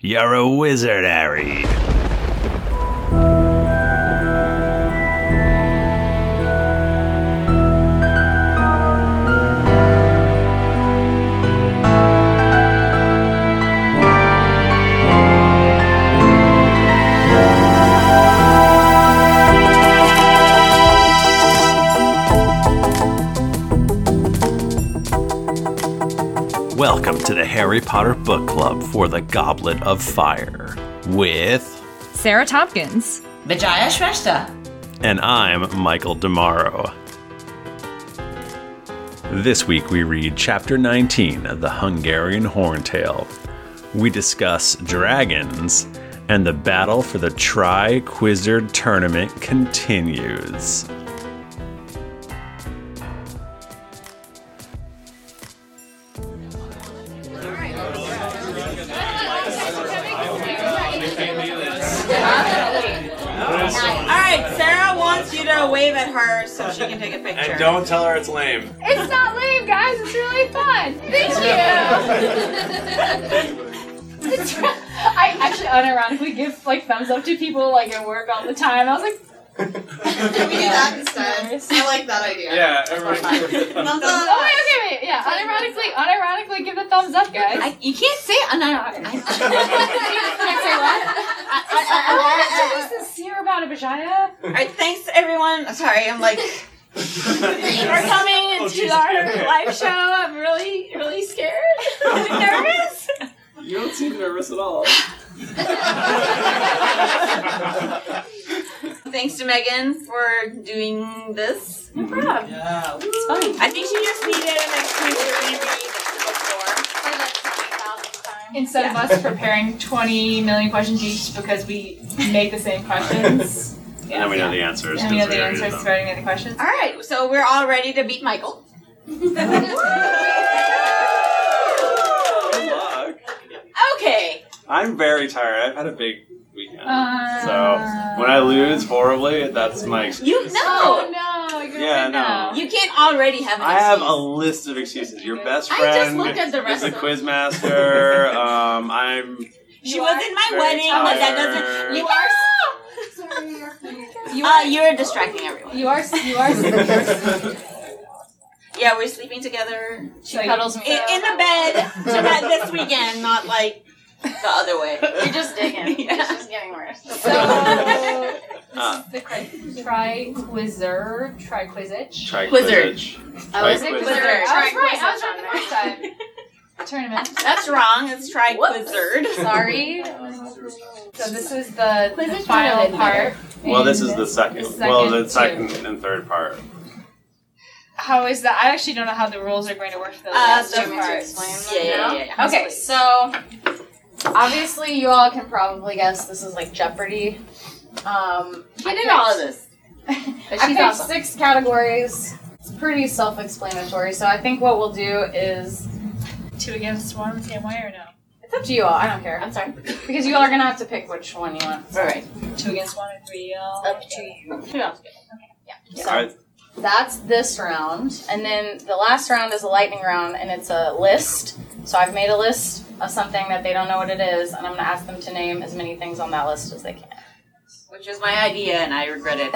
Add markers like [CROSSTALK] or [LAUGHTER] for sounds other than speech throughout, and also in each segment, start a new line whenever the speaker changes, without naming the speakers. You're a wizard, Harry. Welcome to the Harry Potter Book Club for the Goblet of Fire with.
Sarah Tompkins.
Vijaya Shrestha.
And I'm Michael Damaro. This week we read Chapter 19 of The Hungarian Horntail. We discuss dragons, and the battle for the Tri Quizzard Tournament continues.
All right, Sarah wants you to wave at her so she can take a picture.
And don't tell her it's lame.
It's not lame, guys. It's really fun. Thank you. I actually unironically give like thumbs up to people like at work all the time. I was like,
Can we do that instead? I like that idea.
Yeah, everybody.
Thumbs
oh
up.
wait, okay, wait, yeah. Unironically, unironically give a thumbs up, guys. I,
you can't say unironically.
can't say what? I want to be sincere about it, Vijaya.
All right, thanks everyone. Sorry, I'm like
We're
Oh,
coming to
Jesus.
our live show. I'm really,
[LAUGHS]
really scared.
really nervous.
you don't seem nervous at all.
Thanks to Megan for doing this.
Improv.
Mm-hmm. Yeah.
It's fun.
I think she just needed an excuse to reread
Instead of us preparing 20 million questions each because we made the
[LAUGHS]
same questions
And we know the answers.
and we know the answers to any other questions.
All right, so we're all ready to beat Michael.
Good [LAUGHS] luck.
Okay.
I'm very tired. I've had a big weekend.
Uh,
so when I lose horribly, that's my excuse.
You
Oh
know
no! You're
Yeah,
gonna
no.
you can't already have an
I have a
excuse.
list of excuses. Your best
I
friend
just looked at the
is
rest
a
of them.
quiz master. um, I'm
She
You
was
are
in my
very
wedding, but that doesn't. [LAUGHS]
tired.
You are.
You
Uh,
are.
you're distracting everyone.
you are. You are. [LAUGHS]
Yeah, we're sleeping together
She
cuddles in, in the bed tonight this weekend, not like the other way.
You're just [LAUGHS] digging.
[LAUGHS] Yeah.
It's just getting worse.
So
[LAUGHS]
uh,
the triquizer, triquizich.
Triquizzard.
Quizzard.
Oh, is
I
it
was
Quizzard?
right. I was right the first time. Tournament.
That's wrong. Let's try
Whoops.
Quizzard.
Sorry. So this is the, the final part.
Well, this is
And
the second.
The
well,
second
the second and third part.
How is that? I actually don't know how the rules are going to work for the
Uh,
last
so
two
we
parts.
Yeah, yeah, yeah. yeah.
Okay, so obviously you all can probably guess this is like Jeopardy. Um,
He did all of this.
I
But she's
picked
awesome.
six categories. It's pretty self-explanatory. So I think what we'll do is
Two against one, the same way or no?
it's up to you all. I don't care
I'm sorry.
because you all are gonna have to pick which one you want.
All right.
Two against one or three? Uh,
Up to
you.
So
Alright.
that's this round, and then the last round is a lightning round, and it's a list. So I've made a list of something that they don't know what it is, and I'm gonna ask them to name as many things on that list as they
[LAUGHS]
can.
Which was my idea, and I regret it.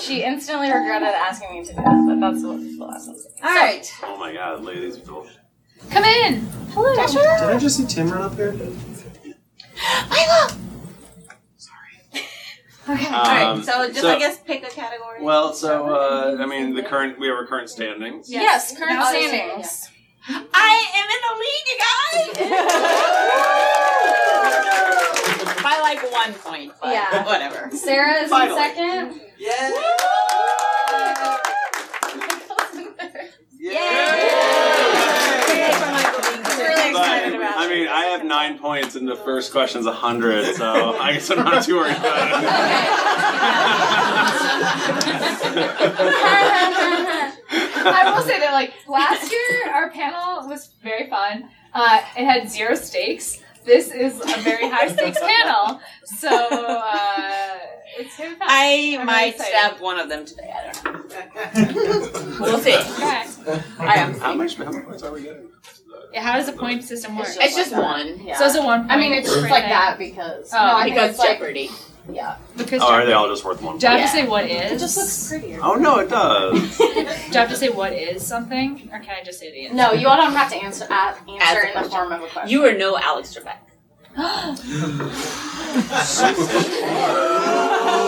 she instantly regretted asking me to do that, but that's what the last one.
[LAUGHS] all right.
Oh my God, ladies. Did
Come in!
Hello,
I just see Tim run up here?
Michael. [LAUGHS]
Okay.
All right.
Um,
So just
so-
I guess pick a category.
Well, so uh, I mean, the current we have our current standings.
Yes, current
Now it's-
standings.
I am in the lead, you guys. By like one point. But
Yeah.
Whatever.
Sarah is
Finally.
in second.
Yeah.
Yay!
Yay!
Really excited
But,
about
I
it.
mean, I have nine points, and the first question's a hundred, so I guess I'm not too
[LAUGHS]
worried [LAUGHS] about it.
I will say that, like, [LAUGHS] last year our panel was very fun. Uh, it had zero stakes. This is a very high stakes panel. So, uh, it's gonna be fun.
[LAUGHS] I
I'm really
might
excited.
stab one of them today. I don't know. we'll see.
Okay.
I am.
How much? How many points are we getting? but
Yeah, how does the point system work?
It's just
like that.
one.
Yeah.
So it's a one point.
I mean, it's just
per
like
thing.
that because
Oh,
no,
I think
because
it's like-
Jeopardy.
yeah.
Because
oh, are they all just worth one?
do I
Yeah.
point?
have to say what is?
It just looks prettier.
Oh no, it does.
Do I have to say what is something, or can I just say the answer?
[LAUGHS] No, you all don't have to answer uh,
a
answer in the
question.
form of a question.
You are no Alex Trebek.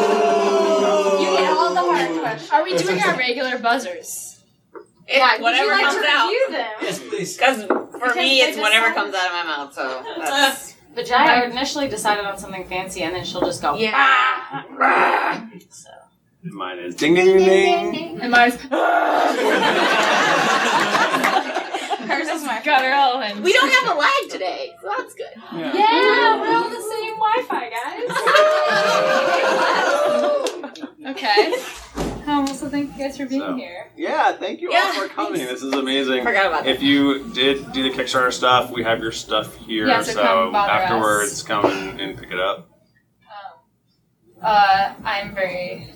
You get all the hard [LAUGHS] questions.
Are we doing our regular buzzers?
[LAUGHS] Why?
It, whatever
Would you like
comes
to
out.
review them?
Because for
Because
me,
they
it's whatever
decide-
comes out of my mouth. [LAUGHS] So that's
Vagina initially decided on something fancy, and then she'll just go.
Yeah.
"Ah, ah." So.
[LAUGHS] Mine is ding ding ding ding.
And mine's
Hers is my
guttural
[LAUGHS]
and
we don't have a lag today, so that's good.
Yeah, we're on the same Wi-Fi,
Okay. Um, well, so thank you guys for being
So.
here.
Yeah, thank you all
Yeah,
for coming. This is amazing.
Forgot about that.
If you did do the Kickstarter stuff, we have your stuff here,
Yeah, so come bother us.
afterwards come and, and pick it up.
Um, uh, I'm very.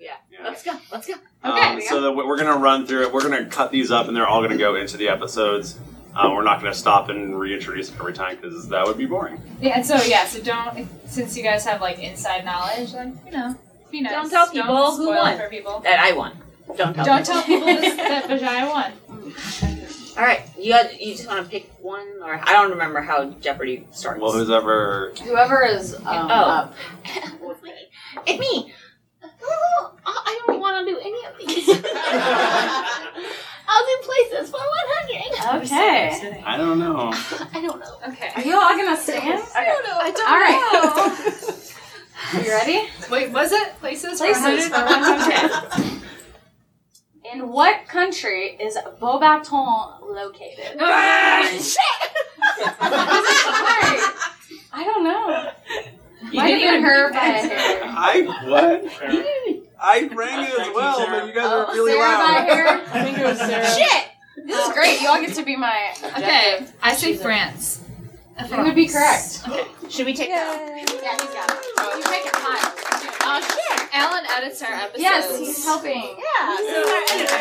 Yeah.
Let's go. Let's go.
Okay,
Um,
we
so that we- we're gonna run through it. We're gonna cut these up, and they're all gonna go into the episodes. Uh, we're not gonna stop and reintroduce them every time because that would be boring.
Yeah. So yeah. So don't. Since you guys have like inside knowledge, like you know, be nice.
Don't tell people who
spoil it
won.
for people.
[LAUGHS] That I won. Don't tell.
Don't
me.
tell
[LAUGHS]
people this, that Vagina won.
All right, you got, you just want to pick one, or I don't remember how Jeopardy starts.
Well, who's ever
Whoever is um, [LAUGHS] up.
It's me. It's
[LAUGHS]
me. Oh, I don't want to do any of these. I was in places for 100.
Okay.
I don't [LAUGHS] know.
I don't know.
Okay.
Are you all gonna stand?
I don't know. I don't
All right. [LAUGHS] you ready?
Wait. Was it places? for 100?
Places
Oh, okay.
In what country is Beaubaton [LAUGHS] located? I don't know.
You
Might
didn't even
have been her
hear
by a hair.
I what? I rang it as well, but you guys
Oh,
are really
Sarah by
loud.
hair.
[LAUGHS]
I think it was Sarah.
Shit! This is great. You all get to be my.
Okay. [LAUGHS] I say
She's a-
France. If
It would be correct.
Should we take that?
Yeah, he's got it. You make it hot.
Oh shit. Alan edits our episodes.
Yes, he's helping.
Yeah.
He's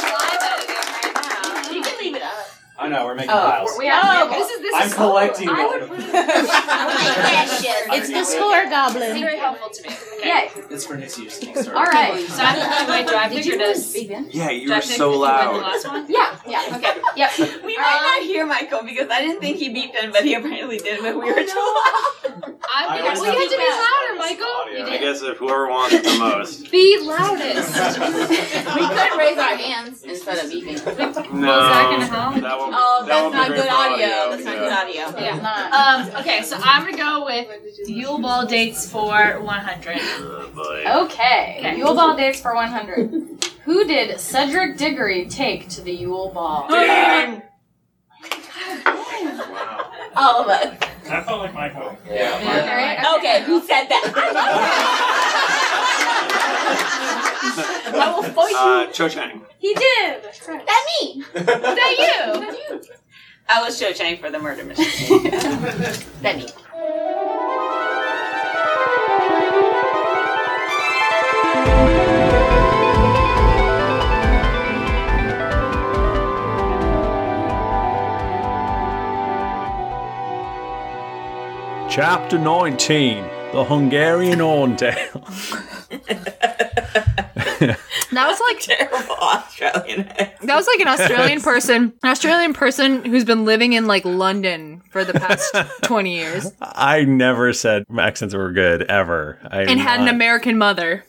live editing right now.
You can leave it [LAUGHS] up.
I know, we're making
Oh,
piles.
We have
This is this
I'm
is
collecting
I
them.
would put it.
It's the score goblin.
very helpful to me.
Yeah.
It's for next year's Kickstarter.
All right.
So I have to my drive
Did
figure
you
does.
lose, Vivian?
Yeah, you
Do I
were
pick
so
the
loud.
last one?
Yeah. Yeah. Okay. Yep.
[LAUGHS] We
might not
hear Michael because I didn't think he beeped in, but he apparently did when we were too [LAUGHS]
I
I
think I
always
well, you had
have
to be
to
louder, Michael. You
I
did.
guess if whoever wants it the most.
Be loudest.
We [LAUGHS] could raise our hands instead of beeping.
No,
Well, Zach and Helen?
that won't-
Oh,
that won't
that's not
be great
good
for
audio. That's not
yeah.
good audio.
Yeah.
Not.
Um, okay, so I'm gonna go with Yule Ball dates for 100.
Oh, boy.
Okay.
Okay.
Yule Ball dates for 100.
[LAUGHS]
Who did Cedric Diggory take to the Yule Ball?
Oh,
Wow.
All of us.
That felt like Michael.
Yeah.
Okay, who said [LAUGHS] that? I will fight
Uh, Cho Chang.
He did.
That
[LAUGHS]
me.
Was that you?
I was Cho Chang for the murder mission. that me.
Chapter 19 The Hungarian Horn Tale.
That was like terrible Australian.
That was like an Australian person, an Australian person who's been living in like London for
[LAUGHS]
the past 20 years
[LAUGHS] I never said my accents were good ever. I
and had an American mother.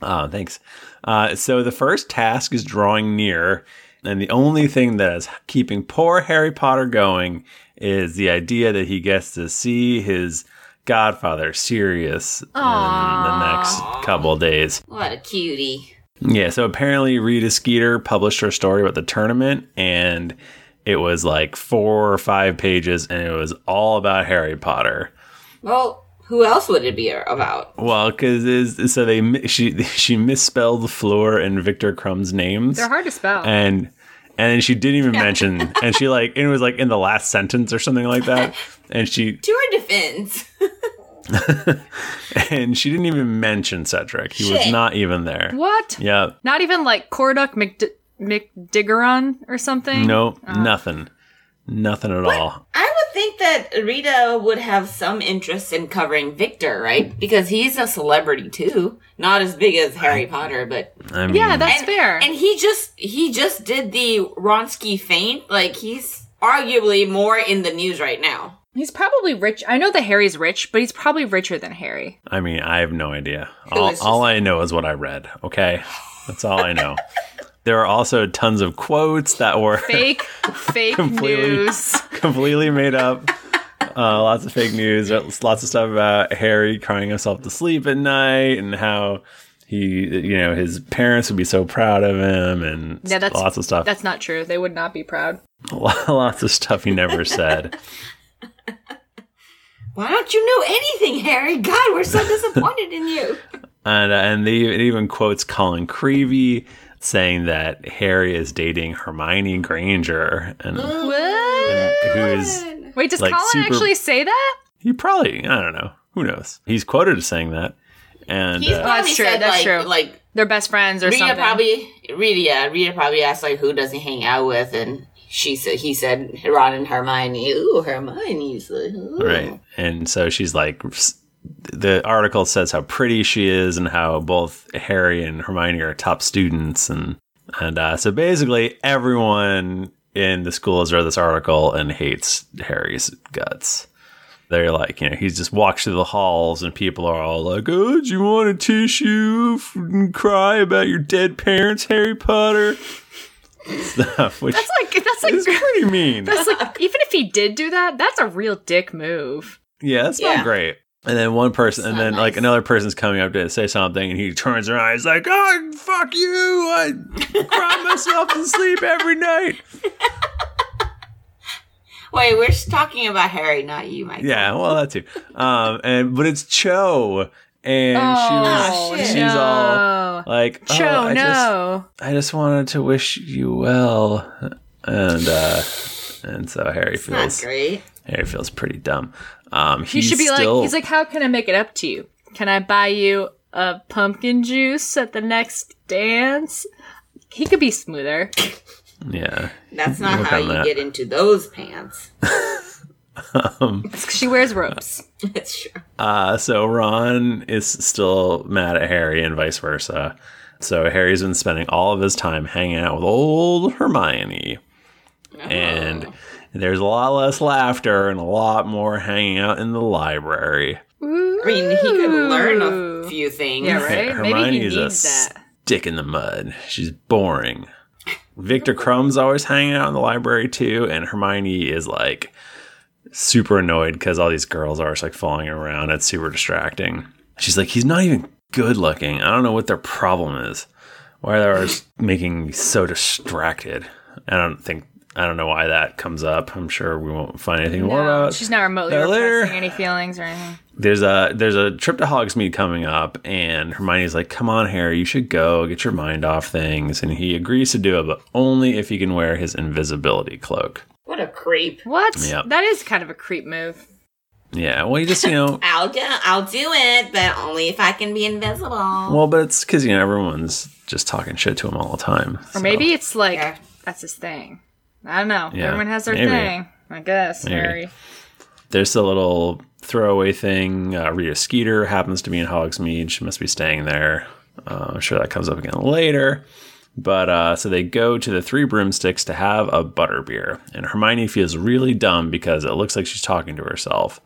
Oh, thanks. Uh, so the first task is drawing near, and the only thing that is keeping poor Harry Potter going is the idea that he gets to see his godfather Sirius in the next couple of days.
What a cutie.
Yeah, so apparently Rita Skeeter published her story about the tournament, and it was like four or five pages, and it was all about Harry Potter.
[LAUGHS] Well, who else would it be about?
Well, because so they mi- she [LAUGHS] she misspelled Fleur and Victor Crumb's names.
They're hard to spell.
and and she didn't even mention and she like it was like in the last sentence or something like that and
[LAUGHS]
she
To her defense.
[LAUGHS] and she didn't even mention Cedric he was not even there
what?
yeah
Not even like Corduck McD- McDiggeron or something?
No,
Uh.
nothing. Nothing at all.
I would think that Rita would have some interest in covering Victor, right? Because he's a celebrity too. Not as big as Harry Potter, but
I mean,
Yeah, that's fair.
and he just he just did the Ronsky faint. Like he's arguably more in the news right now.
he's probably rich. I know that Harry's rich, but he's probably richer than Harry.
I mean, I have no idea. All,
is
all I know is what I read. Okay, that's all I
[LAUGHS]
know. there are also tons of quotes that were
Fake, fake
Completely.
news.
[LAUGHS] completely made up. Uh, lots of fake news. uh, Lots of stuff about Harry crying himself to sleep at night and how he, you know, his parents would be so proud of him and
Yeah, that's-
lots of stuff.
That's not true. They would not be
[LAUGHS]
proud.
lots of stuff he never said.
[LAUGHS]
Why don't you know anything, Harry? God, we're so disappointed
[LAUGHS]
in you.
And uh, and they, it even quotes Colin Creevy saying that Harry is dating Hermione Granger, and
What?
who is
Wait, does
Like,
Colin
super-
actually say that?
he probably I don't know who knows. He's quoted as saying that, and
He's
uh,
probably
that's true,
Said,
that's
like,
true.
Like
They're best friends or
Rita
something.
probably Rita yeah, Rita probably asked like who does he hang out with and she said he said Ron and Hermione. Ooh, Hermione's like, ooh.
right, and so she's like. s- The article says how pretty she is and how both Harry and Hermione are top students, and and uh, so basically everyone in the school has read this article and hates Harry's guts. they're like, you know, he just walks through the halls and people are all like, oh, do you want a tissue F- and cry about your dead parents, Harry Potter? [LAUGHS] Stuff, which
That's like that's like
is pretty mean.
[LAUGHS] that's like even if he did do that, that's a real dick move.
yeah, that's
Yeah.
not great. And then one person, and
not
then like
nice.
another person's coming up to say something, and he turns around, he's like, "Oh, fuck you! I cry myself to sleep every night."
Wait, we're just talking about Harry, not you, Michael.
Yeah, well, that too. Um, and but it's Cho, and
Oh,
she
shit.
was, she's all
No.
like, "Oh,
Cho,
I just,
no.
I just wanted to wish you well. And uh and so Harry
Not
feels
great.
Harry feels pretty dumb. Um
You
he
should be
still,
like he's like, How can I make it up to you? Can I buy you a pumpkin juice at the next dance? He could be smoother.
Yeah.
That's not
Work
how
on
you
that.
get into those pants. [LAUGHS]
It's 'cause she wears ropes.
That's true.
Uh so Ron is still mad at Harry and vice versa. So Harry's been spending all of his time hanging out with old Hermione. And there's a lot less laughter and a lot more hanging out in the library.
Ooh.
I mean, he could learn a few things.
Yeah, right. Maybe he
Hermione's a
needs that.
stick in the mud. She's boring. Victor Crumb's always hanging out in the library too, and Hermione is like super annoyed because all these girls are just like following her around. It's super distracting. She's like, he's not even good looking. I don't know what their problem is. Why they're always making me so distracted. I don't think I don't know why that comes up. I'm sure we won't find anything more
No,
about.
she's not remotely
that later?
repressing any feelings or anything.
there's a there's a trip to Hogsmeade coming up, and Hermione's like, "Come on, Harry, you should go get your mind off things." And he agrees to do it, but only if he can wear his invisibility cloak.
What a creep.
What?
Yep.
That is kind of a creep move.
Yeah, well, you just you
[LAUGHS]
know,
I'll do, I'll do it, but only if I can be invisible.
well, but it's because you know everyone's just talking shit to him all the time.
Or maybe it's like
Yeah.
that's his thing. I don't know.
Yeah,
Everyone has their
maybe.
thing. I guess.
Maybe.
Harry.
there's a little throwaway thing. Uh, Rita Skeeter happens to be in Hogsmeade. She must be staying there. Uh, I'm sure that comes up again later. But uh, so they go to the Three Broomsticks to have a butterbeer. And Hermione feels really dumb because it looks like she's talking to herself.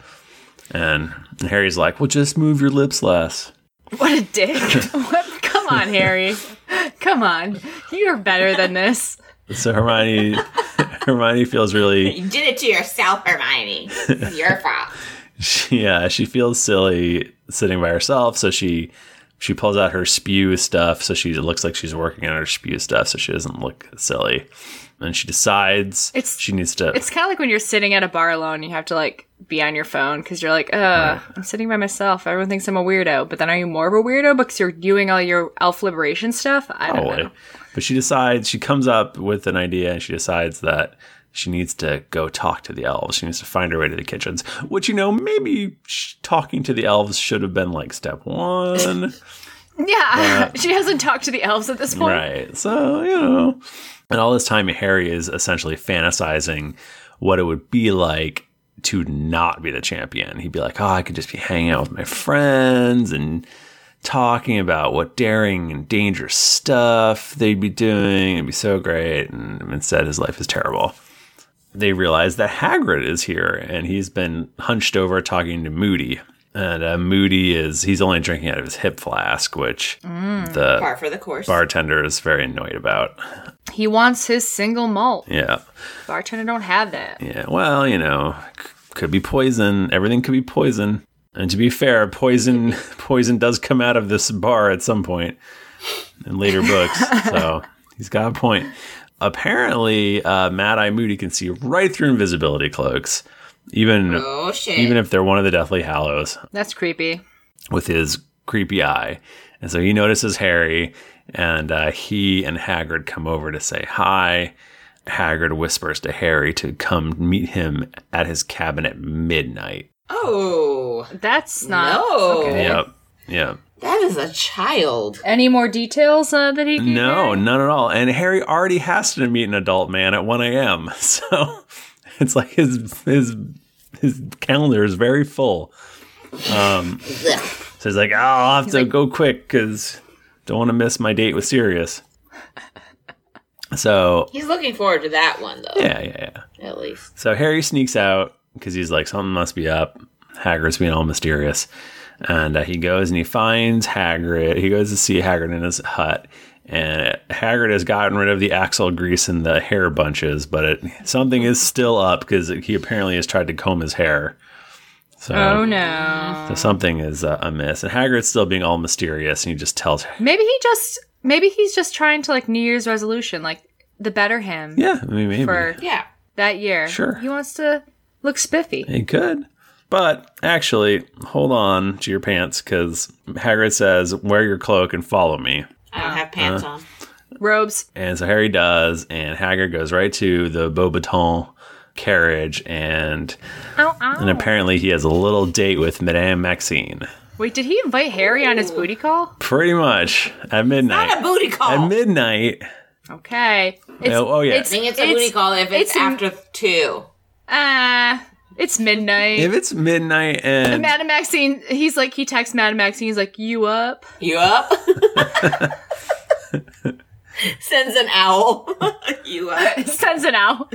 And Harry's like, well, just move your lips less.
What a dick. [LAUGHS] what? Come on, Harry. Come on. You're better than this.
So Hermione, [LAUGHS] Hermione feels really
You did it to yourself,
[LAUGHS]
Hermione. It's your fault.
she, [LAUGHS] yeah, she feels silly sitting by herself, so she she pulls out her spew stuff, so she it looks like she's working on her spew stuff, so she doesn't look silly. And she decides
It's-
she needs to. [LAUGHS]
It's kind of like when you're sitting at a bar alone, and you have to like be on your phone because you're like, uh, I'm sitting by myself. Everyone thinks I'm a weirdo, but then are you more of a weirdo because you're doing all your elf liberation stuff? I don't
probably.
know.
But she decides she comes up with an idea, and she decides that she needs to go talk to the elves. She needs to find her way to the kitchens, which you know maybe sh- talking to the elves should have been like step one.
Yeah,
But-
[LAUGHS] she hasn't talked to the elves at this point.
Right. So, you know. And all this time, Harry is essentially fantasizing what it would be like to not be the champion. He'd be like, oh, I could just be hanging out with my friends and talking about what daring and dangerous stuff they'd be doing. It'd be so great. And instead, his life is terrible. They realize that Hagrid is here and he's been hunched over talking to Moody. And uh, Moody is, he's only drinking out of his hip flask, which
Mm.
the
Par for the course.
bartender is very annoyed about.
He wants his single malt.
Yeah.
Bartender don't have that.
Yeah. Well, you know, c- could be poison. Everything could be poison. And to be fair, poison [LAUGHS] poison does come out of this bar at some point in later
[LAUGHS]
books. so he's got a point. Apparently, uh, Mad Eye Moody can see right through invisibility cloaks, even
Oh shit.
even if they're one of the Deathly Hallows.
That's creepy.
with his creepy eye. And so he notices Harry, and uh, he and Hagrid come over to say hi. Hagrid whispers to Harry to come meet him at his cabin at midnight.
oh,
That's not.
No.
Okay.
Yep. Yep.
that is a child.
Any more details uh, that he gave
No,
her?
none at all. And Harry already has to meet an adult man at 1 a.m. [LAUGHS] So it's like his his his calendar is very full. Um, so he's like, oh, I'll have to go quick because don't want to miss my date with Sirius. [LAUGHS] So
He's looking forward to that one though.
yeah, yeah, yeah.
At least.
So Harry sneaks out because he's like, something must be up. Hagrid's being all mysterious. And uh, he goes and he finds Hagrid. He goes to see Hagrid in his hut. And Hagrid has gotten rid of the axle grease and the hair bunches, but it, something is still up because he apparently has tried to comb his hair. So,
Oh no.
so something is uh, amiss. And Hagrid's still being all mysterious and he just tells her,
Maybe he just. Maybe he's just trying to like New Year's resolution, like the better him
yeah, I mean, maybe.
for
Yeah.
that year.
Sure.
He wants to look spiffy.
It could. But actually, hold on to your pants because Hagrid says, Wear your cloak and follow me.
I don't have
uh,
pants on.
Robes. [LAUGHS]
And so Harry does, and Hagrid goes right to the Beaubaton carriage, and
Ow, ow.
and apparently he has a little date with Madame Maxine.
Wait, did he invite Harry on his booty call?
Pretty much at
Not a
midnight.
booty call.
At midnight,
Okay. It's,
Oh, oh, yeah.
I think it's a booty call if it's,
it's m-
after two.
Uh, it's midnight.
if it's midnight and
Madame Maxine, he's like, he texts Madame Maxine, he's like, you up?
You up? [LAUGHS] Sends an owl. [LAUGHS] you up?
Sends it out.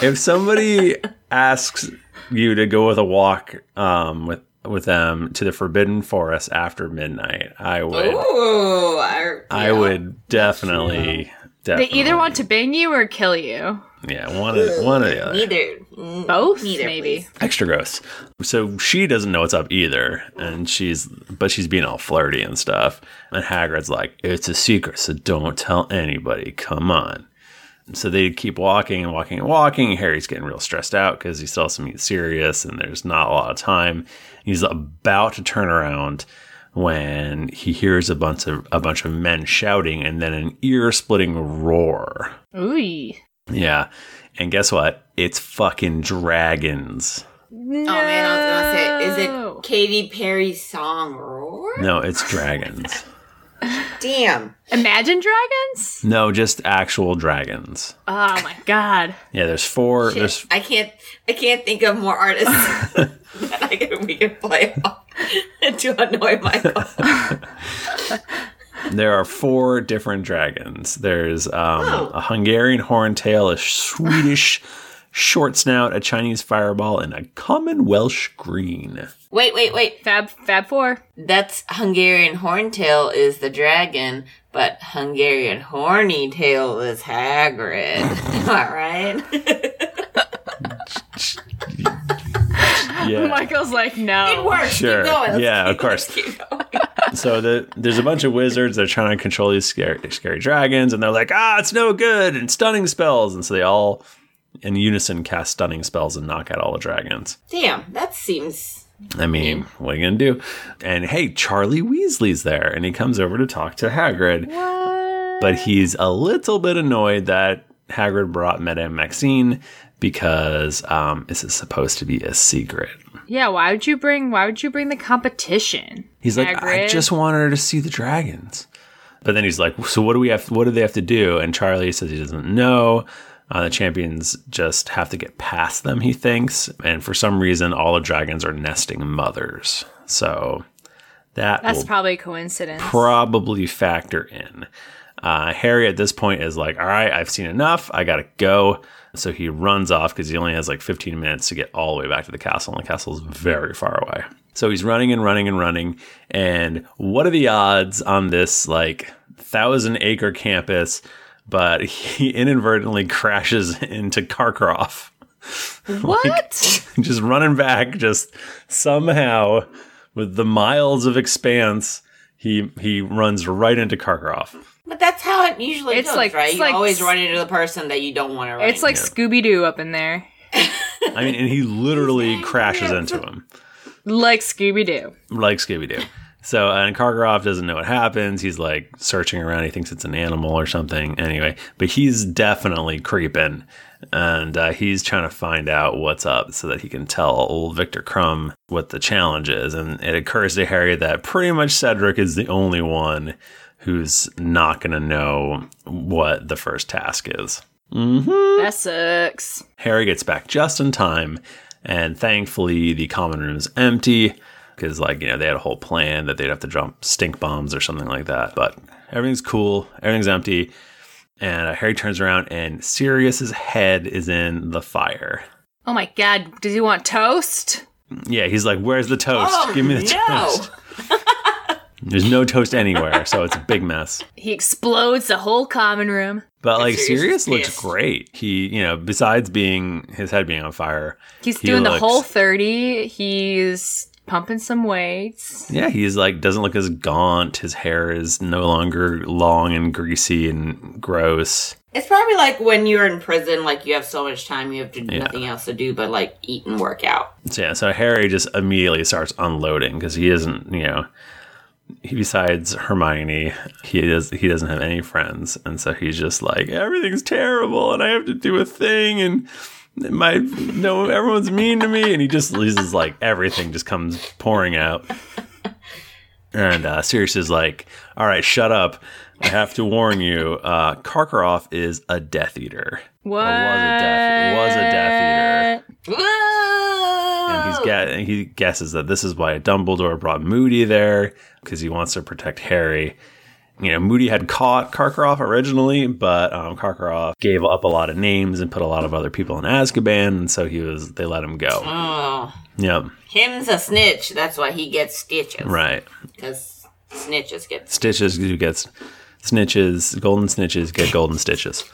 if somebody asks you to go with a walk um, with with them to the Forbidden Forest after midnight, I would.
Oh, Ooh, I,
I would definitely,
They
definitely.
either want to bang you or kill you.
yeah, one or, one or the other.
neither. Mm,
Both,
Neither,
maybe.
Extra gross. So she doesn't know what's up either, and she's but she's being all flirty and stuff. And Hagrid's like, "It's a secret, so don't tell anybody. Come on." So they keep walking and walking and walking. Harry's getting real stressed out because he still has to meet Sirius, and there's not a lot of time. He's about to turn around when he hears a bunch of a bunch of men shouting, and then an ear-splitting roar.
Ooh.
Yeah. And guess what? It's fucking dragons.
Oh man, I was gonna say, is
No.
it Katy Perry's song "Roar"?
No, it's dragons.
Damn.
Imagine Dragons?
No, just actual dragons.
Oh my god.
Yeah, there's four. There's
I can't. I can't think of more artists [LAUGHS] that I can, we can play off [LAUGHS] to annoy [LAUGHS] Michael.
there are four different dragons. There's um, a Hungarian horntail, a Swedish short snout, a Chinese fireball, and a common Welsh green.
Wait, wait, wait.
Fab Fab Four.
That's Hungarian horntail is the dragon, but Hungarian horny tail is Hagrid. [LAUGHS] Am I right?
Yeah,
Michael's like, no.
Works.
Sure.
Keep going.
Yeah,
Let's
of course.
keep- let's keep going.
so the, there's a bunch of wizards that are trying to control these scary, scary dragons, and they're like, ah, it's no good, and stunning spells. And so they all, in unison, cast stunning spells and knock out all the dragons.
Damn, that seems.
I mean, what are you going to do? And hey, Charlie Weasley's there, and he comes over to talk to Hagrid. But he's a little bit annoyed that Hagrid brought Madame Maxine because um, this is supposed to be a secret.
Yeah, why would you bring? Why would you bring the competition?
He's like, I
Hagrid?
just wanted her to see the dragons. But then he's like, so what do we have? What do they have to do? And Charlie says he doesn't know. Uh, the champions just have to get past them, he thinks. And for some reason, all the dragons are nesting mothers. So that
That's
will
probably a coincidence.
probably factor in. Uh, Harry at this point is like, all right, I've seen enough. I got to go. So he runs off because he only has like 15 minutes to get all the way back to the castle, and the castle is very far away. So he's running and running and running. And what are the odds on this like thousand acre campus? But he [LAUGHS] inadvertently crashes into Karkaroff [LAUGHS]
what?
just running back, just somehow with the miles of expanse, he he runs right into Karkaroff.
But that's how it usually
It's
goes,
like-
right?
it's
You
like-
always run into the person that you don't want to run.
It's like Scooby Doo up in there,
I mean, and he literally crashes into him
like Scooby Doo.
like Scooby Doo. So and Karkaroff doesn't know what happens. He's like searching around. He thinks it's an animal or something. Anyway, but he's definitely creeping, and uh, he's trying to find out what's up so that he can tell old Victor Crumb what the challenge is. And it occurs to Harry that pretty much Cedric is the only one who's not going to know what the first task is.
That sucks.
Harry gets back just in time, and thankfully the common room is empty because, like, you know, they had a whole plan that they'd have to drop stink bombs or something like that. But everything's cool, everything's empty, and uh, Harry turns around and Sirius's head is in the fire.
Oh my god, does he want toast?
Yeah, he's like, "Where's the toast?
Oh,
Give me the
no.
toast." [LAUGHS] There's no toast anywhere, so it's a big mess.
He explodes the whole common room.
But like,
Sirius is
Sirius looks
pissed.
great. He, you know, besides being his head being on fire,
He's
He
doing
looks-
the whole 30. He's pumping some weights.
Yeah, he's like doesn't look as gaunt. His hair is no longer long and greasy and gross.
It's probably like when you're in prison, like you have so much time, you have to do nothing else to do but like eat and work out.
So yeah, so Harry just immediately starts unloading because he isn't, you know, he, besides Hermione, he does he doesn't have any friends, and so he's just like everything's terrible, and I have to do a thing, and my no everyone's mean to me, and he just he's just like everything just comes pouring out. And uh, Sirius is like, "All right, shut up. I have to warn you. Uh, Karkaroff is a Death Eater.
What?
Or was a Death was a Death Eater."
Whoa!
and he's ga- he guesses that this is why Dumbledore brought Moody there because he wants to protect Harry. You know, Moody had caught Karkaroff originally, but um, Karkaroff gave up a lot of names and put a lot of other people in Azkaban, and so he was they let him go.
oh,
Yep,
him's a snitch. That's why he gets stitches.
right.
Because snitches get
Stitches who gets snitches, golden snitches get golden stitches.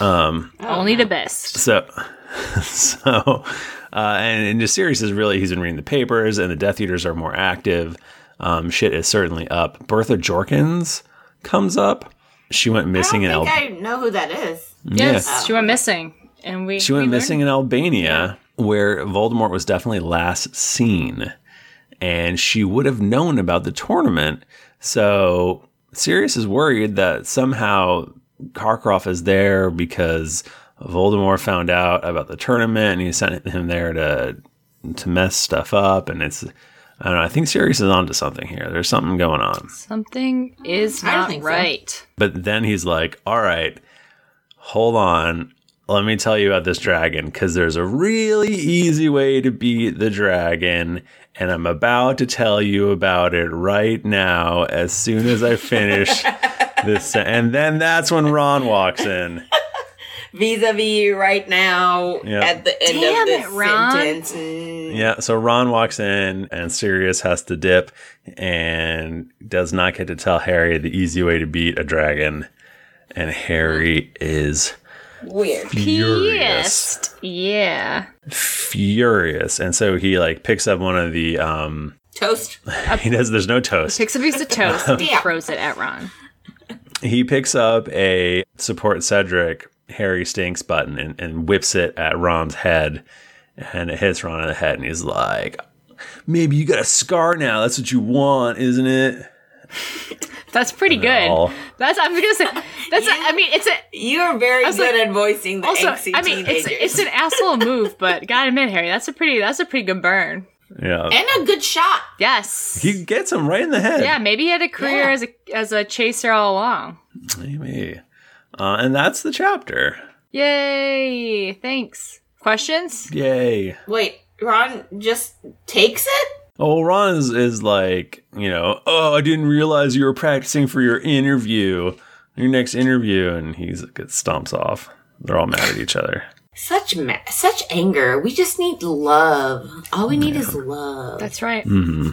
Um,
Only the best.
So, [LAUGHS] so, uh, and, and the series is really he's been reading the papers, and the Death Eaters are more active. Um, shit is certainly up. Bertha Jorkins comes up. She went missing
I
in
don't
Al-
think I know who that is.
Yes,
Yeah.
she went missing. And we
she went
we learned-
missing in Albania, where Voldemort was definitely last seen, and she would have known about the tournament. So Sirius is worried that somehow Karkaroff is there because Voldemort found out about the tournament and he sent him there to to mess stuff up. And it's I don't know. I think Sirius is onto something here. There's something going on.
Something is
I don't
not
think so.
right.
But then he's like, all right, hold on. Let me tell you about this dragon because there's a really easy way to beat the dragon. And I'm about to tell you about it right now as soon as I finish this. se- And then that's when Ron walks in.
Vis a vis right now
Yeah.
at the end
Damn
of this
it, Ron.
sentence. Mm,
Yeah, so Ron walks in and Sirius has to dip and does not get to tell Harry the easy way to beat a dragon. And Harry is
Weird.
furious.
Pissed. Yeah.
furious and so he like picks up one of the um
Toast.
[LAUGHS] he does there's no toast
Picks a piece of toast and
Yeah.
throws it at Ron.
he picks up a support cedric harry stinks button and, and whips it at ron's head and it hits ron in the head and he's like maybe you got a scar now that's what you want isn't it
That's pretty good.
all.
That's I'm gonna say. That's a, I mean, it's a
You're very
was
good
like-
at voicing the
also.
angsty
I mean, it's
teenagers.
it's an asshole move, but gotta admit, Harry, that's a pretty that's a pretty good burn.
Yeah.
and a good shot.
Yes.
he gets him right in the head.
yeah, maybe he had a career
Yeah.
as a as a chaser all along.
Maybe. Uh, and that's the chapter.
Yay! Thanks. Questions?
Yay.
Wait, Ron just takes it?
Oh, Ron is, is like, you know, oh, I didn't realize you were practicing for your interview, your next interview. And he's gets stomps off. They're all mad at each other.
Such ma- such anger. We just need love. All we need is love.
That's right.
Mm-hmm.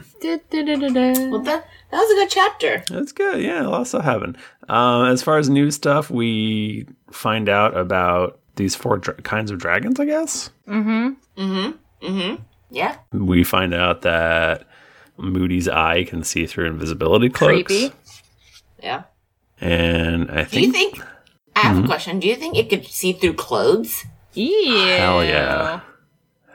well, that that was a good chapter.
That's good. Yeah, a lot of stuff happened. Um, as far as new stuff, we find out about these four dra- kinds of dragons, I guess.
Mm-hmm.
Mm-hmm. Mm-hmm. Yeah.
We find out that Moody's eye can see through invisibility cloaks.
Creepy.
Yeah.
And I
Do you think? I have
Mm-hmm.
a question. Do you think it could see through clothes?
Ew.
Hell yeah.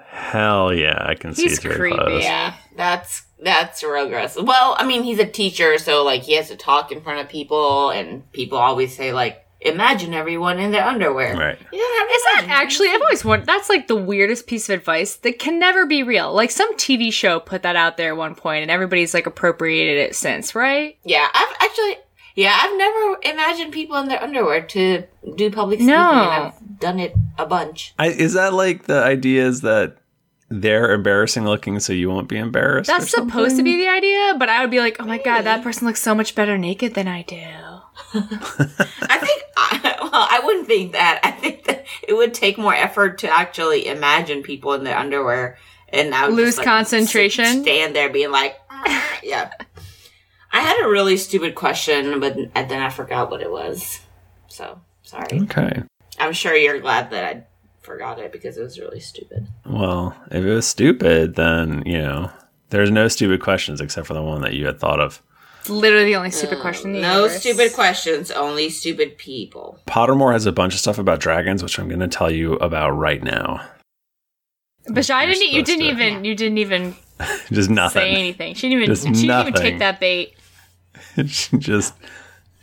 Hell yeah, I can see
He's
through
creepy.
clothes.
Yeah, that's that's real gross. Well, I mean, he's a teacher, so like he has to talk in front of people, and people always say like, "Imagine everyone in their underwear."
Right.
He doesn't have to
Is that
imagine.
actually? I've always wondered. That's like the weirdest piece of advice that can never be real. Like some TV show put that out there at one point, and everybody's like appropriated it since, right?
Yeah, I've actually. Yeah, I've never imagined people in their underwear to do public speaking.
No.
and I've done it a bunch.
I, is that like the idea is that they're embarrassing looking so you won't be embarrassed? or
That's supposed to be the idea, but I would be like, oh my god, that person looks so much better naked than I do.
I think, [LAUGHS] I, well, I wouldn't think that. I think that it would take more effort to actually imagine people in their underwear, and I would
Lose
just, like,
concentration?
sit- stand there being like, "Mm," yeah. I had a really stupid question, but and then I forgot what it was. So sorry.
something? Okay.
I'm sure you're glad that I forgot it because it was really stupid.
Well, if it was stupid, then, you know, there's no stupid questions except for the one that you had thought of.
It's literally the only stupid question. in the
No
universe.
stupid questions, only stupid people.
Pottermore has a bunch of stuff about dragons, which I'm going to tell you about right now.
But I didn't. e, You
supposed
didn't
to.
even. You didn't even
[LAUGHS] Just
say
nothing.
anything. She didn't even.
Just
she didn't
nothing.
even take that bait.
[LAUGHS] She just,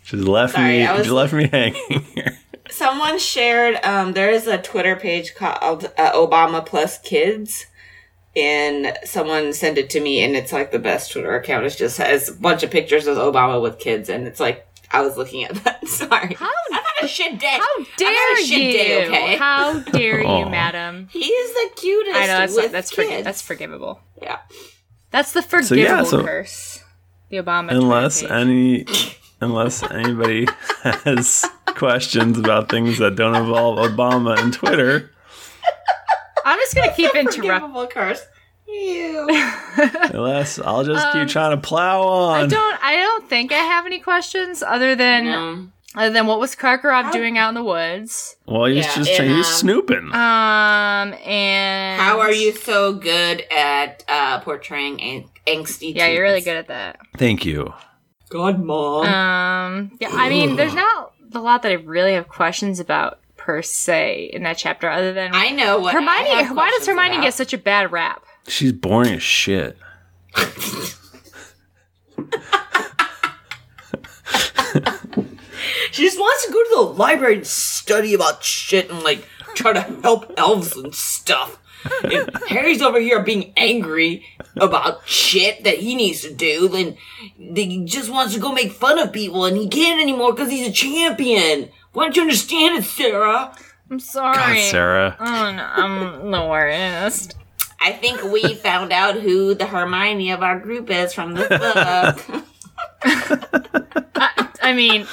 just left
Sorry,
me.
I was-
Just left me hanging here.
Someone shared um, there is a Twitter page called uh, Obama Plus Kids, and someone sent it to me, and it's like the best Twitter account. It just has a bunch of pictures of Obama with kids, and it's like I was looking at [LAUGHS] that. Sorry, how, I've had a shit day.
How
I've
dare
had a
you?
shit Day, okay,
How dare
[LAUGHS]
you,
Aw.
madam?
he is the cutest.
I know that's
with
that's
kids.
forg- that's forgivable.
yeah.
That's the forgivable
yeah, so-
curse. The Obama.
unless
Twitter page.
any unless anybody has questions about things that don't involve Obama and Twitter,
I'm just gonna
[LAUGHS]
keep interrupting.
Forgivable curse.
[LAUGHS]
You.
unless I'll just
Um,
keep trying to plow
I
on.
don't. I don't think I have any questions other than
Um,
other than what was Karkaroff doing out in the woods.
Well, he's
Yeah,
just
and,
trying, he's
um,
snooping.
Um and
how are you so good at uh, portraying ang- angsty?
Yeah, you're really
teens?
good at that.
Thank you.
God, mom.
Um, yeah, I mean, there's not a lot that I really have questions about per se in that chapter, other than
I know what I
Hermione.
have
Why does
questions
Hermione
about.
get such a bad rap?
She's boring as shit.
She just wants to go to the library and study about shit and like try to help elves and stuff. [LAUGHS] If Harry's over here being angry about shit that he needs to do, then he just wants to go make fun of people and he can't anymore because he's a champion. Why don't you understand it, Sarah?
I'm sorry,
God, Sarah.
Oh, no, I'm the worst.
I think we found out who the Hermione of our group is from this book.
I, I mean,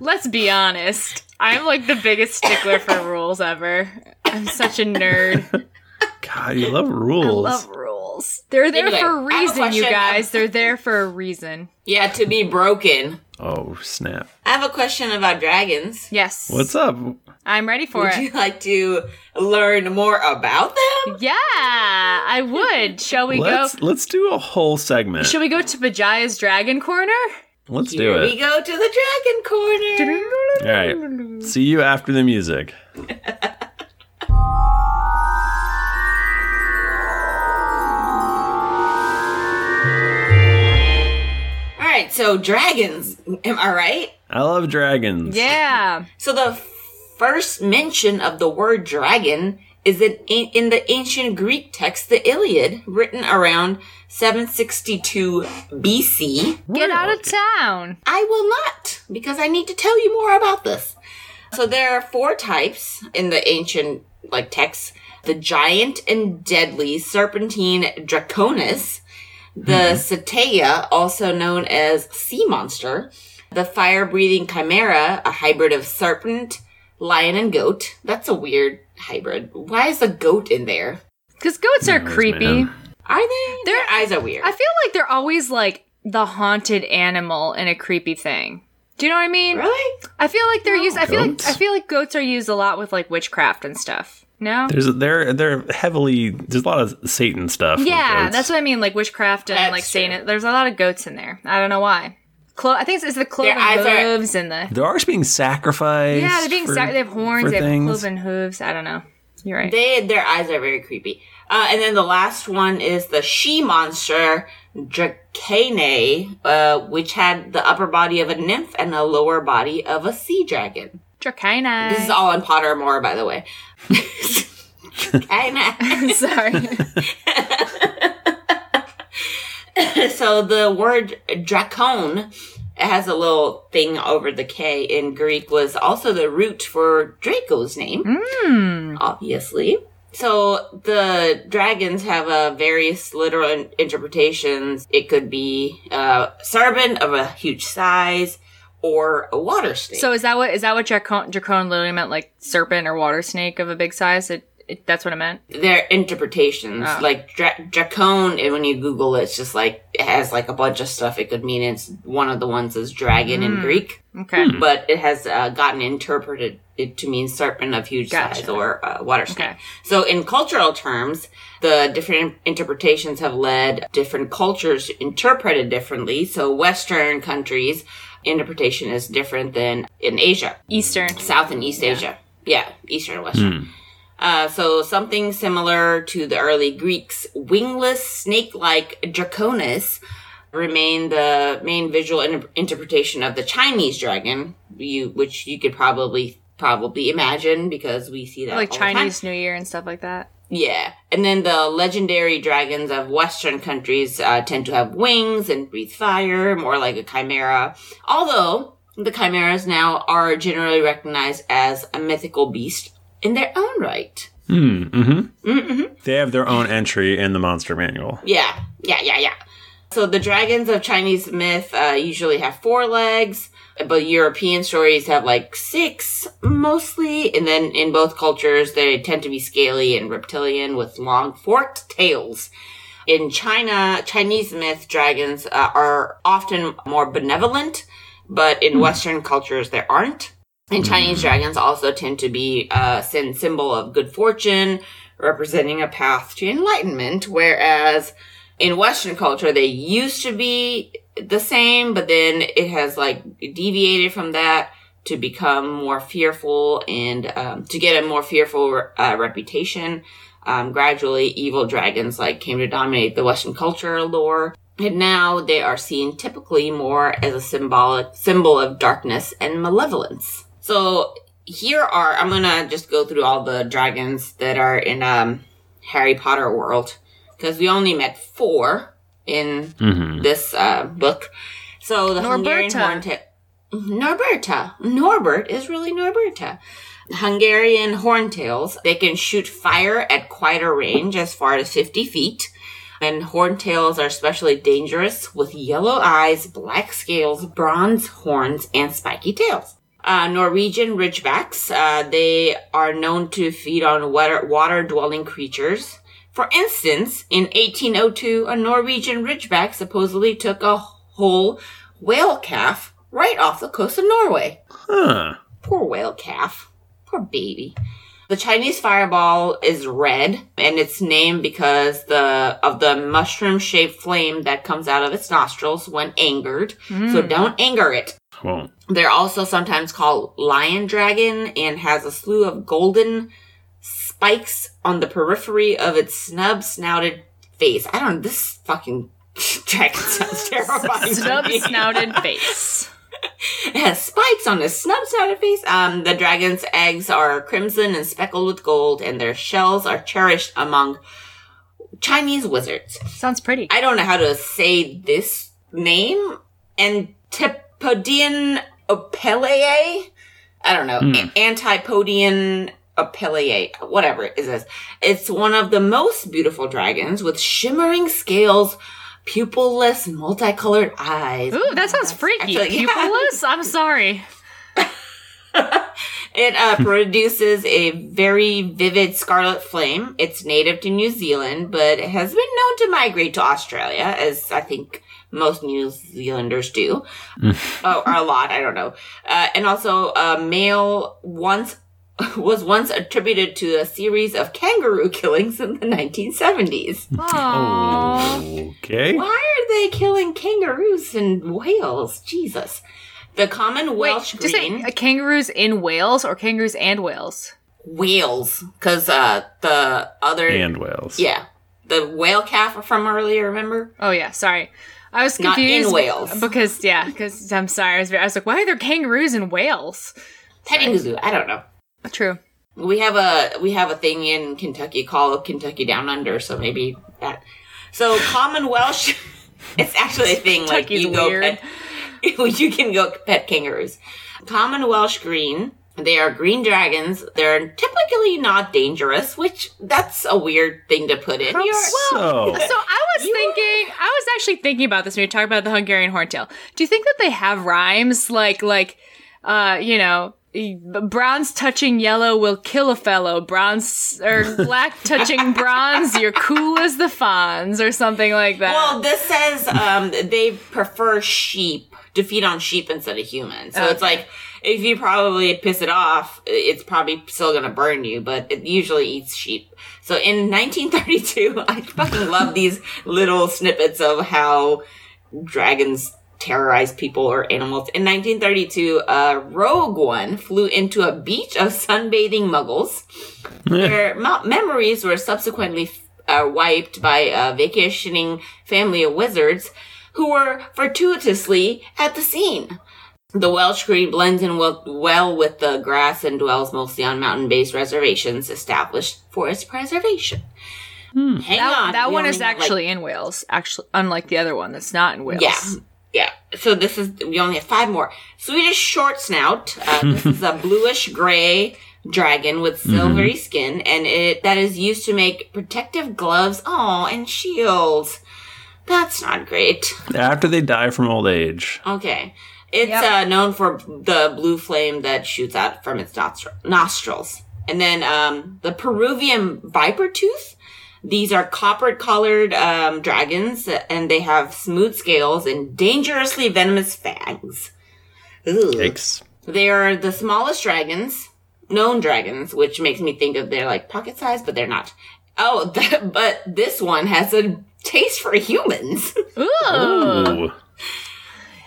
let's be honest. I'm like the biggest stickler for rules ever. I'm such a nerd.
God, you love
I
rules.
love rules. They're there
Anyway,
for
I
a
have a
reason, you
question. um,
guys. They're there for a reason.
[LAUGHS] yeah, to be broken.
oh snap!
I have a question about dragons.
Yes.
What's up?
I'm ready for
Would
it.
you like to learn more about them?
Yeah, I would. Shall we
let's
go?
let's do a whole segment.
Shall we go to Bajaya's Dragon Corner?
let's do
Here we
it.
go to the dragon corner.
All right. See you after the music.
All right, so dragons, am I right?
I love dragons.
Yeah.
So the first mention of the word dragon is in, in the ancient Greek text, the Iliad, written around 762 BC.
Get out of town.
I will not, because I need to tell you more about this. So there are four types in the ancient like texts: the giant and deadly serpentine draconis, the cetaya, also known as sea monster, the fire-breathing chimera, a hybrid of serpent, lion, and goat. That's a weird hybrid. Why is a goat in there?
Because goats are creepy.
man.
Are they? Their eyes are weird.
I feel like they're always like the haunted animal in a creepy thing. Do you know what I mean?
really?
I feel like they're used. I feel like
Goats?
I feel like goats are used a lot with like witchcraft and stuff. No.
There's they're they're heavily there's a lot of Satan stuff. uh, with
yeah,
goats.
that's what I mean. Like witchcraft and
That's
like
true.
Satan. There's a lot of goats in there. I don't know why. Clo- I think it's, it's the cloven
eyes are-
hooves and the
they're always being sacrificed.
yeah. They're being
for-
sac- they have
for
horns. They have
things.
cloven hooves. I don't know. You're right.
They their eyes are very creepy. Uh, and then the last one is the she monster Dracane, uh, which had the upper body of a nymph and the lower body of a sea dragon.
Dracaena. [LAUGHS]
This is all in Pottermore, by the way. [LAUGHS] Dracaena. [LAUGHS]
Sorry.
so the word dracone it has a little thing over the K in Greek was also the root for Draco's name.
Mm.
obviously. So the dragons have uh, various literal in- interpretations. It could be uh, serpent of a huge size or a water snake.
so is that what is that what Dracon Dracon literally meant? Like serpent or water snake of a big size. It, it that's what it meant.
their interpretations,
Ah.
like dra- dracone, and when you Google it, it's just like it has like a bunch of stuff. It could mean it's one of the ones is dragon
Mm.
in Greek,
Okay.
but it has uh, gotten interpreted it to mean serpent of huge
Gotcha.
size or uh, water snake.
Okay.
So, in cultural terms, the different interpretations have led different cultures to interpret it differently. So, Western countries, interpretation is different than in Asia,
Eastern.
South and East Asia. Yeah, Eastern and Western.
Hmm.
Uh, so, something similar to the early Greeks, wingless, snake like draconis remained the main visual inter- interpretation of the Chinese dragon, you, which you could probably probably imagine because we see that
like
all the time.
Chinese New Year and stuff like that.
Yeah, and then the legendary dragons of Western countries uh, tend to have wings and breathe fire, more like a chimera. Although the chimeras now are generally recognized as a mythical beast in their own right.
Hmm, mm-hmm.
Mm-hmm.
They have their own entry in the monster manual.
Yeah, yeah, yeah, yeah. So the dragons of Chinese myth uh, usually have four legs, but European stories have like six mostly. And then in both cultures, they tend to be scaly and reptilian with long forked tails. In China, Chinese myth dragons uh, are often more benevolent, but in Western cultures, they aren't. And Chinese dragons also tend to be a syn- symbol of good fortune, representing a path to enlightenment, whereas in Western culture, they used to be the same, but then it has like deviated from that to become more fearful and um, to get a more fearful uh, reputation. Um, gradually, evil dragons like came to dominate the Western culture lore, and now they are seen typically more as a symbolic symbol of darkness and malevolence. So here are I'm gonna just go through all the dragons that are in um, Harry Potter world because we only met four in this uh, book. So the Hungarian
Norberta.
horntail Norberta Norbert is really Norberta. Hungarian horntails they can shoot fire at quite a range as far as 50 feet. And horntails are especially dangerous with yellow eyes, black scales, bronze horns, and spiky tails uh, Norwegian ridgebacks. Uh, they are known to feed on water water dwelling creatures. For instance, in 1802, a Norwegian ridgeback supposedly took a whole whale calf right off the coast of Norway.
Huh.
Poor whale calf. Poor baby. The Chinese fireball is red, and it's named because the of the mushroom-shaped flame that comes out of its nostrils when angered. So don't anger it.
Well,
They're also sometimes called lion dragon and has a slew of golden spikes on the periphery of its snub snouted face. I don't this fucking [LAUGHS] Dragon sounds terrifying.
Snub
[LAUGHS] to me.
snouted face.
It has spikes on its snub side face. Um, the dragon's eggs are crimson and speckled with gold, and their shells are cherished among Chinese wizards.
Sounds pretty.
I don't know how to say this name. Antipodian Opeliae? I don't know. A- Antipodian Opeliae, whatever it is. It's one of the most beautiful dragons with shimmering scales, pupilless, multicolored eyes. Oh,
Ooh, that sounds freaky.
actually- [LAUGHS] yeah.
Pupilless? I'm sorry.
It uh, produces a very vivid scarlet flame. It's native to New Zealand, but has been known to migrate to Australia, as I think most New Zealanders do. oh, or a lot, I don't know. Uh, and also, a male once [LAUGHS] was once attributed to a series of kangaroo killings in the 1970s.
Aww.
Okay.
Why are they killing kangaroos and whales? Jesus. The common
Wait,
Welsh
just say
green
uh, kangaroos in Wales or kangaroos and whales?
whales, because uh, the other
And whales.
Yeah. The whale calf from earlier, remember?
Oh yeah, sorry. I was
Not in
confused
Wales.
because yeah, because I'm sorry. I was, I was like, why are there kangaroos in Wales?
Petting zoo. I don't know.
True.
We have a we have a thing in Kentucky called Kentucky Down Under, so maybe that. So common Welsh. [LAUGHS] It's actually a thing. Like
Kentucky's
you go
weird.
pet, [LAUGHS] you can go pet kangaroos. Common Welsh green. They are green dragons. They're typically not dangerous, which that's a weird thing to put in.
How
your-
So,
So I was thinking, I was actually thinking about this when you talk about the Hungarian horntail. Do you think that they have rhymes like like, uh, you know? Bronze touching yellow will kill a fellow. Bronze
[LAUGHS]
or black touching bronze, you're cool as the fawns, or something like that.
Well, this says um, they prefer sheep to feed on sheep instead of humans. So it's like if you probably piss it off, it's probably still gonna burn you. But it usually eats sheep. So in 1932, [LAUGHS] I fucking love these little snippets of how dragons terrorize people or animals. In 1932, a rogue one flew into a beach of sunbathing muggles. Their mo- memories were subsequently uh, wiped by a vacationing family of wizards who were fortuitously at the scene. The Welsh Green blends in well, well with the grass and dwells mostly on mountain based reservations established for its preservation. Hang
that
on.
that
we
one
only
is
have, like,
actually in Wales, actually, unlike the other one that's not in Wales.
yeah, yeah. So this is we only have five more. Swedish short snout. Uh, this is a bluish gray dragon with silvery skin, and it that is used to make protective gloves. Oh, and shields. That's not great.
after they die from old age.
Okay. It's uh, known for the blue flame that shoots out from its nostri- nostrils. And then um, the Peruvian viper tooth. These are copper colored um, dragons, and they have smooth scales and dangerously venomous fangs. Ooh.
Yikes.
They are the smallest dragons, known dragons, which makes me think of they're like pocket size, but they're not. Oh, [LAUGHS] but this one has a taste for humans.
Uh,
Ooh.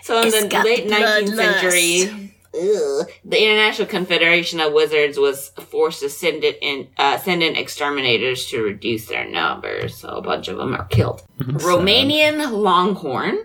So in the late nineteenth century, ugh, the International Confederation of Wizards was forced to send it in, uh, send in exterminators to reduce their numbers. So a bunch of them are killed. Romanian longhorn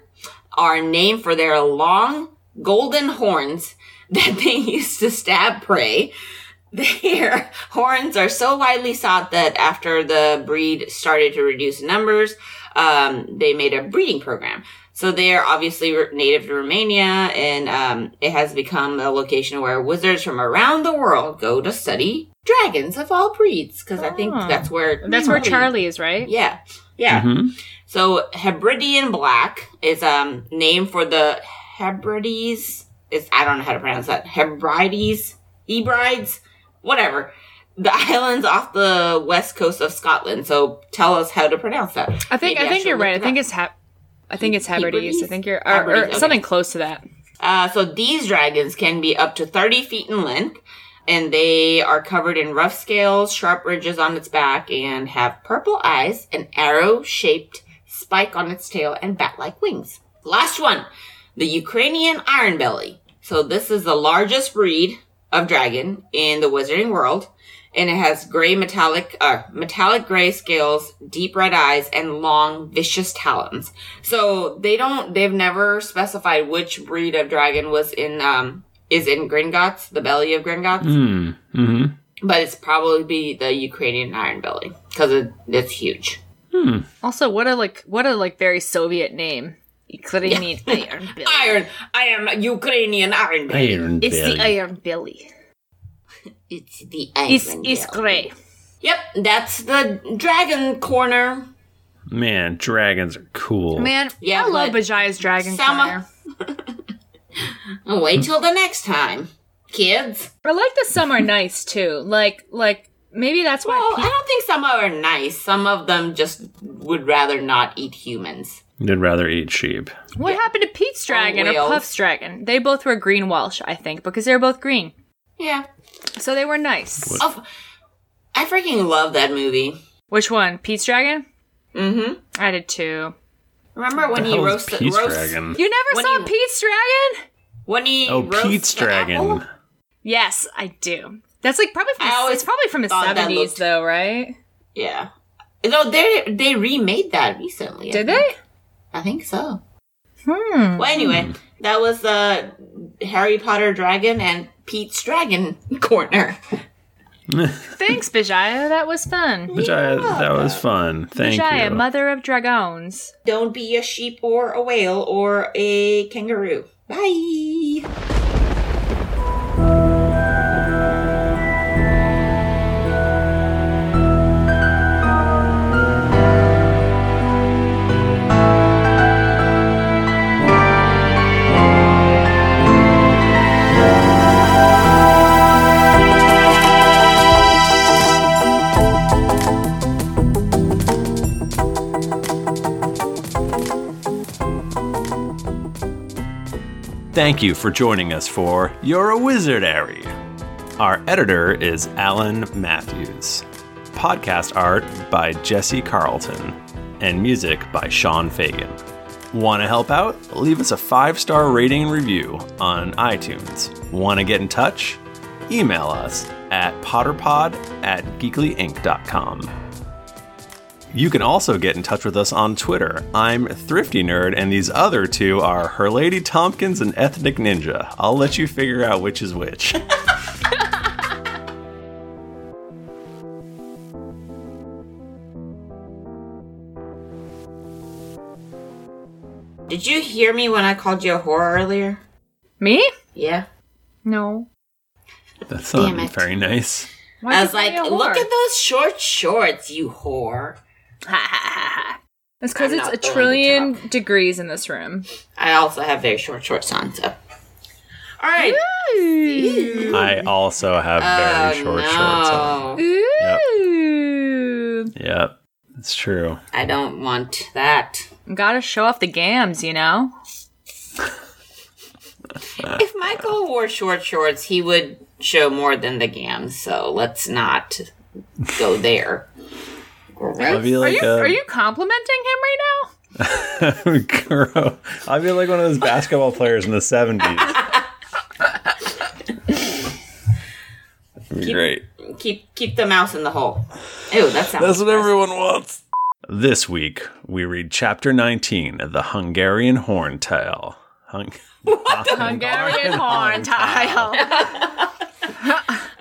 are named for their long golden horns [LAUGHS] that they use to stab prey. [LAUGHS] Their horns are so widely sought that after the breed started to reduce numbers, um, they made a breeding program. So they are obviously r- native to Romania, and um, it has become a location where wizards from around the world go to study dragons of all breeds. Because I think that's where
Ah. That's where
Charlie-
Charlie is, right?
Yeah, yeah.
Mhm.
So Hebridean black is um named for the Hebrides. Is I don't know how to pronounce that. Hebrides, Hebrides, whatever. The [LAUGHS] islands off the west coast of Scotland. So tell us how to pronounce that.
I think
Maybe
I think
should
you're
look
right. I
it
think
up.
it's Hab- I think it's Hebrides. I
Hebrides?
think you're or, or
Hebrides, okay.
something close to that.
Uh, so these dragons can be up to 30 feet in length, and they are covered in rough scales, sharp ridges on its back, and have purple eyes, an arrow shaped spike on its tail, and bat like wings. Last one the Ukrainian iron belly. So this is the largest breed of dragon in the wizarding world. and it has gray metallic, uh, metallic gray scales, deep red eyes, and long vicious talons. So they don't, they've never specified which breed of dragon was in, um, is in Gringotts, the belly of Gringotts,
Hmm. Mm-hmm.
but it's probably be the Ukrainian iron belly because it, it's huge.
Also, what a like, what a like very Soviet name. [LAUGHS] Ukrainian Iron Billy.
Iron, I am Ukrainian iron belly.
Iron
It's
Belly.
the Iron Billy.
It's the iron.
It's it's
belly.
gray.
Yep, that's the dragon corner.
Man, dragons are cool.
Man,
Yeah,
I love
but-
Bajaya's Dragon
Sama-
Corner.
Wait till the next time, kids.
I like that some are nice too. Like like maybe that's why.
Well, I
pe-
don't think some of them are nice. Some of them just would rather not eat humans.
They'd rather eat sheep.
what happened to Pete's Dragon or
whales.
Puff's Dragon? They both were green Welsh, I think, because they were both green,
Yeah.
so they were nice.
What?
Of, I freaking love that movie.
Which one? Pete's Dragon.
Mm-hmm.
I did too.
Remember when he
Hell's
roasted
Oh, Pete's
roast,
dragon.
You never
When
saw
you-
Pete's Dragon?
when he
Oh,
roasts
Pete's
the apple?
dragon.
Yes, I do. That's like probably from
I
the,
always
it's probably from the
thought that
seventies
looked-
though, right?
Yeah. No, they they remade that recently. I
Did
think.
they?
I think so.
Hmm.
Well, anyway, that was uh, Harry Potter Dragon and Pete's Dragon [LAUGHS] Corner.
Thanks, Bijaya. That was fun.
Vijaya, that was fun. Thank
Bijaya,
you.
mother of dragons.
Don't be a sheep or a whale or a kangaroo. Bye.
Thank you for joining us for You're a Wizard, Ari. Our editor is Alan Matthews. Podcast art by Jesse Carlton. And music by Sean Fagan. Want to help out? Leave us a five star rating and review on iTunes. Want to get in touch? Email us at potterpod at geeklyinc.com. You can also get in touch with us on Twitter. I'm Thrifty Nerd, and these other two are Her Lady Tompkins and Ethnic Ninja. I'll let you figure out which is
[LAUGHS]
which.
Did you hear me when I called you a whore earlier?
Me?
Yeah.
No.
That's
Damn
not
it.
very nice.
Why
I was
did you
like,
call me a
look
whore?
at those short shorts, you whore.
That's because
I'm
it's
not
a
going to
trillion degrees in this room.
I also have very short shorts on, so. All right.
Ooh.
I also have very
Oh,
short shorts on.
no.
Ooh.
Yep, it's true.
I don't want that.
Gotta show off the gams, you know?
If Michael wore short shorts, he would show more than the gams, so let's not go there.
I'll be
Are
like um,
you
a
are you complimenting him right now?
[LAUGHS] girl. I'll be like one of those basketball players in the
[LAUGHS]
seventies. Great.
Keep keep the mouse in the hole. Ew, that sounds.
everyone wants. This week, we read chapter 19 of the Hungarian Horn Tale.
[LAUGHS]
Hung- [LAUGHS]
Hungarian horn tile.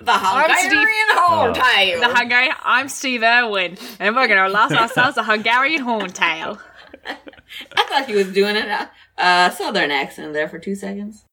the Hungarian hole tile.
The Hungarian I'm Steve Irwin, and we're gonna last ourselves a Hungarian horn tale.
I thought he was doing a uh, southern accent there for two seconds.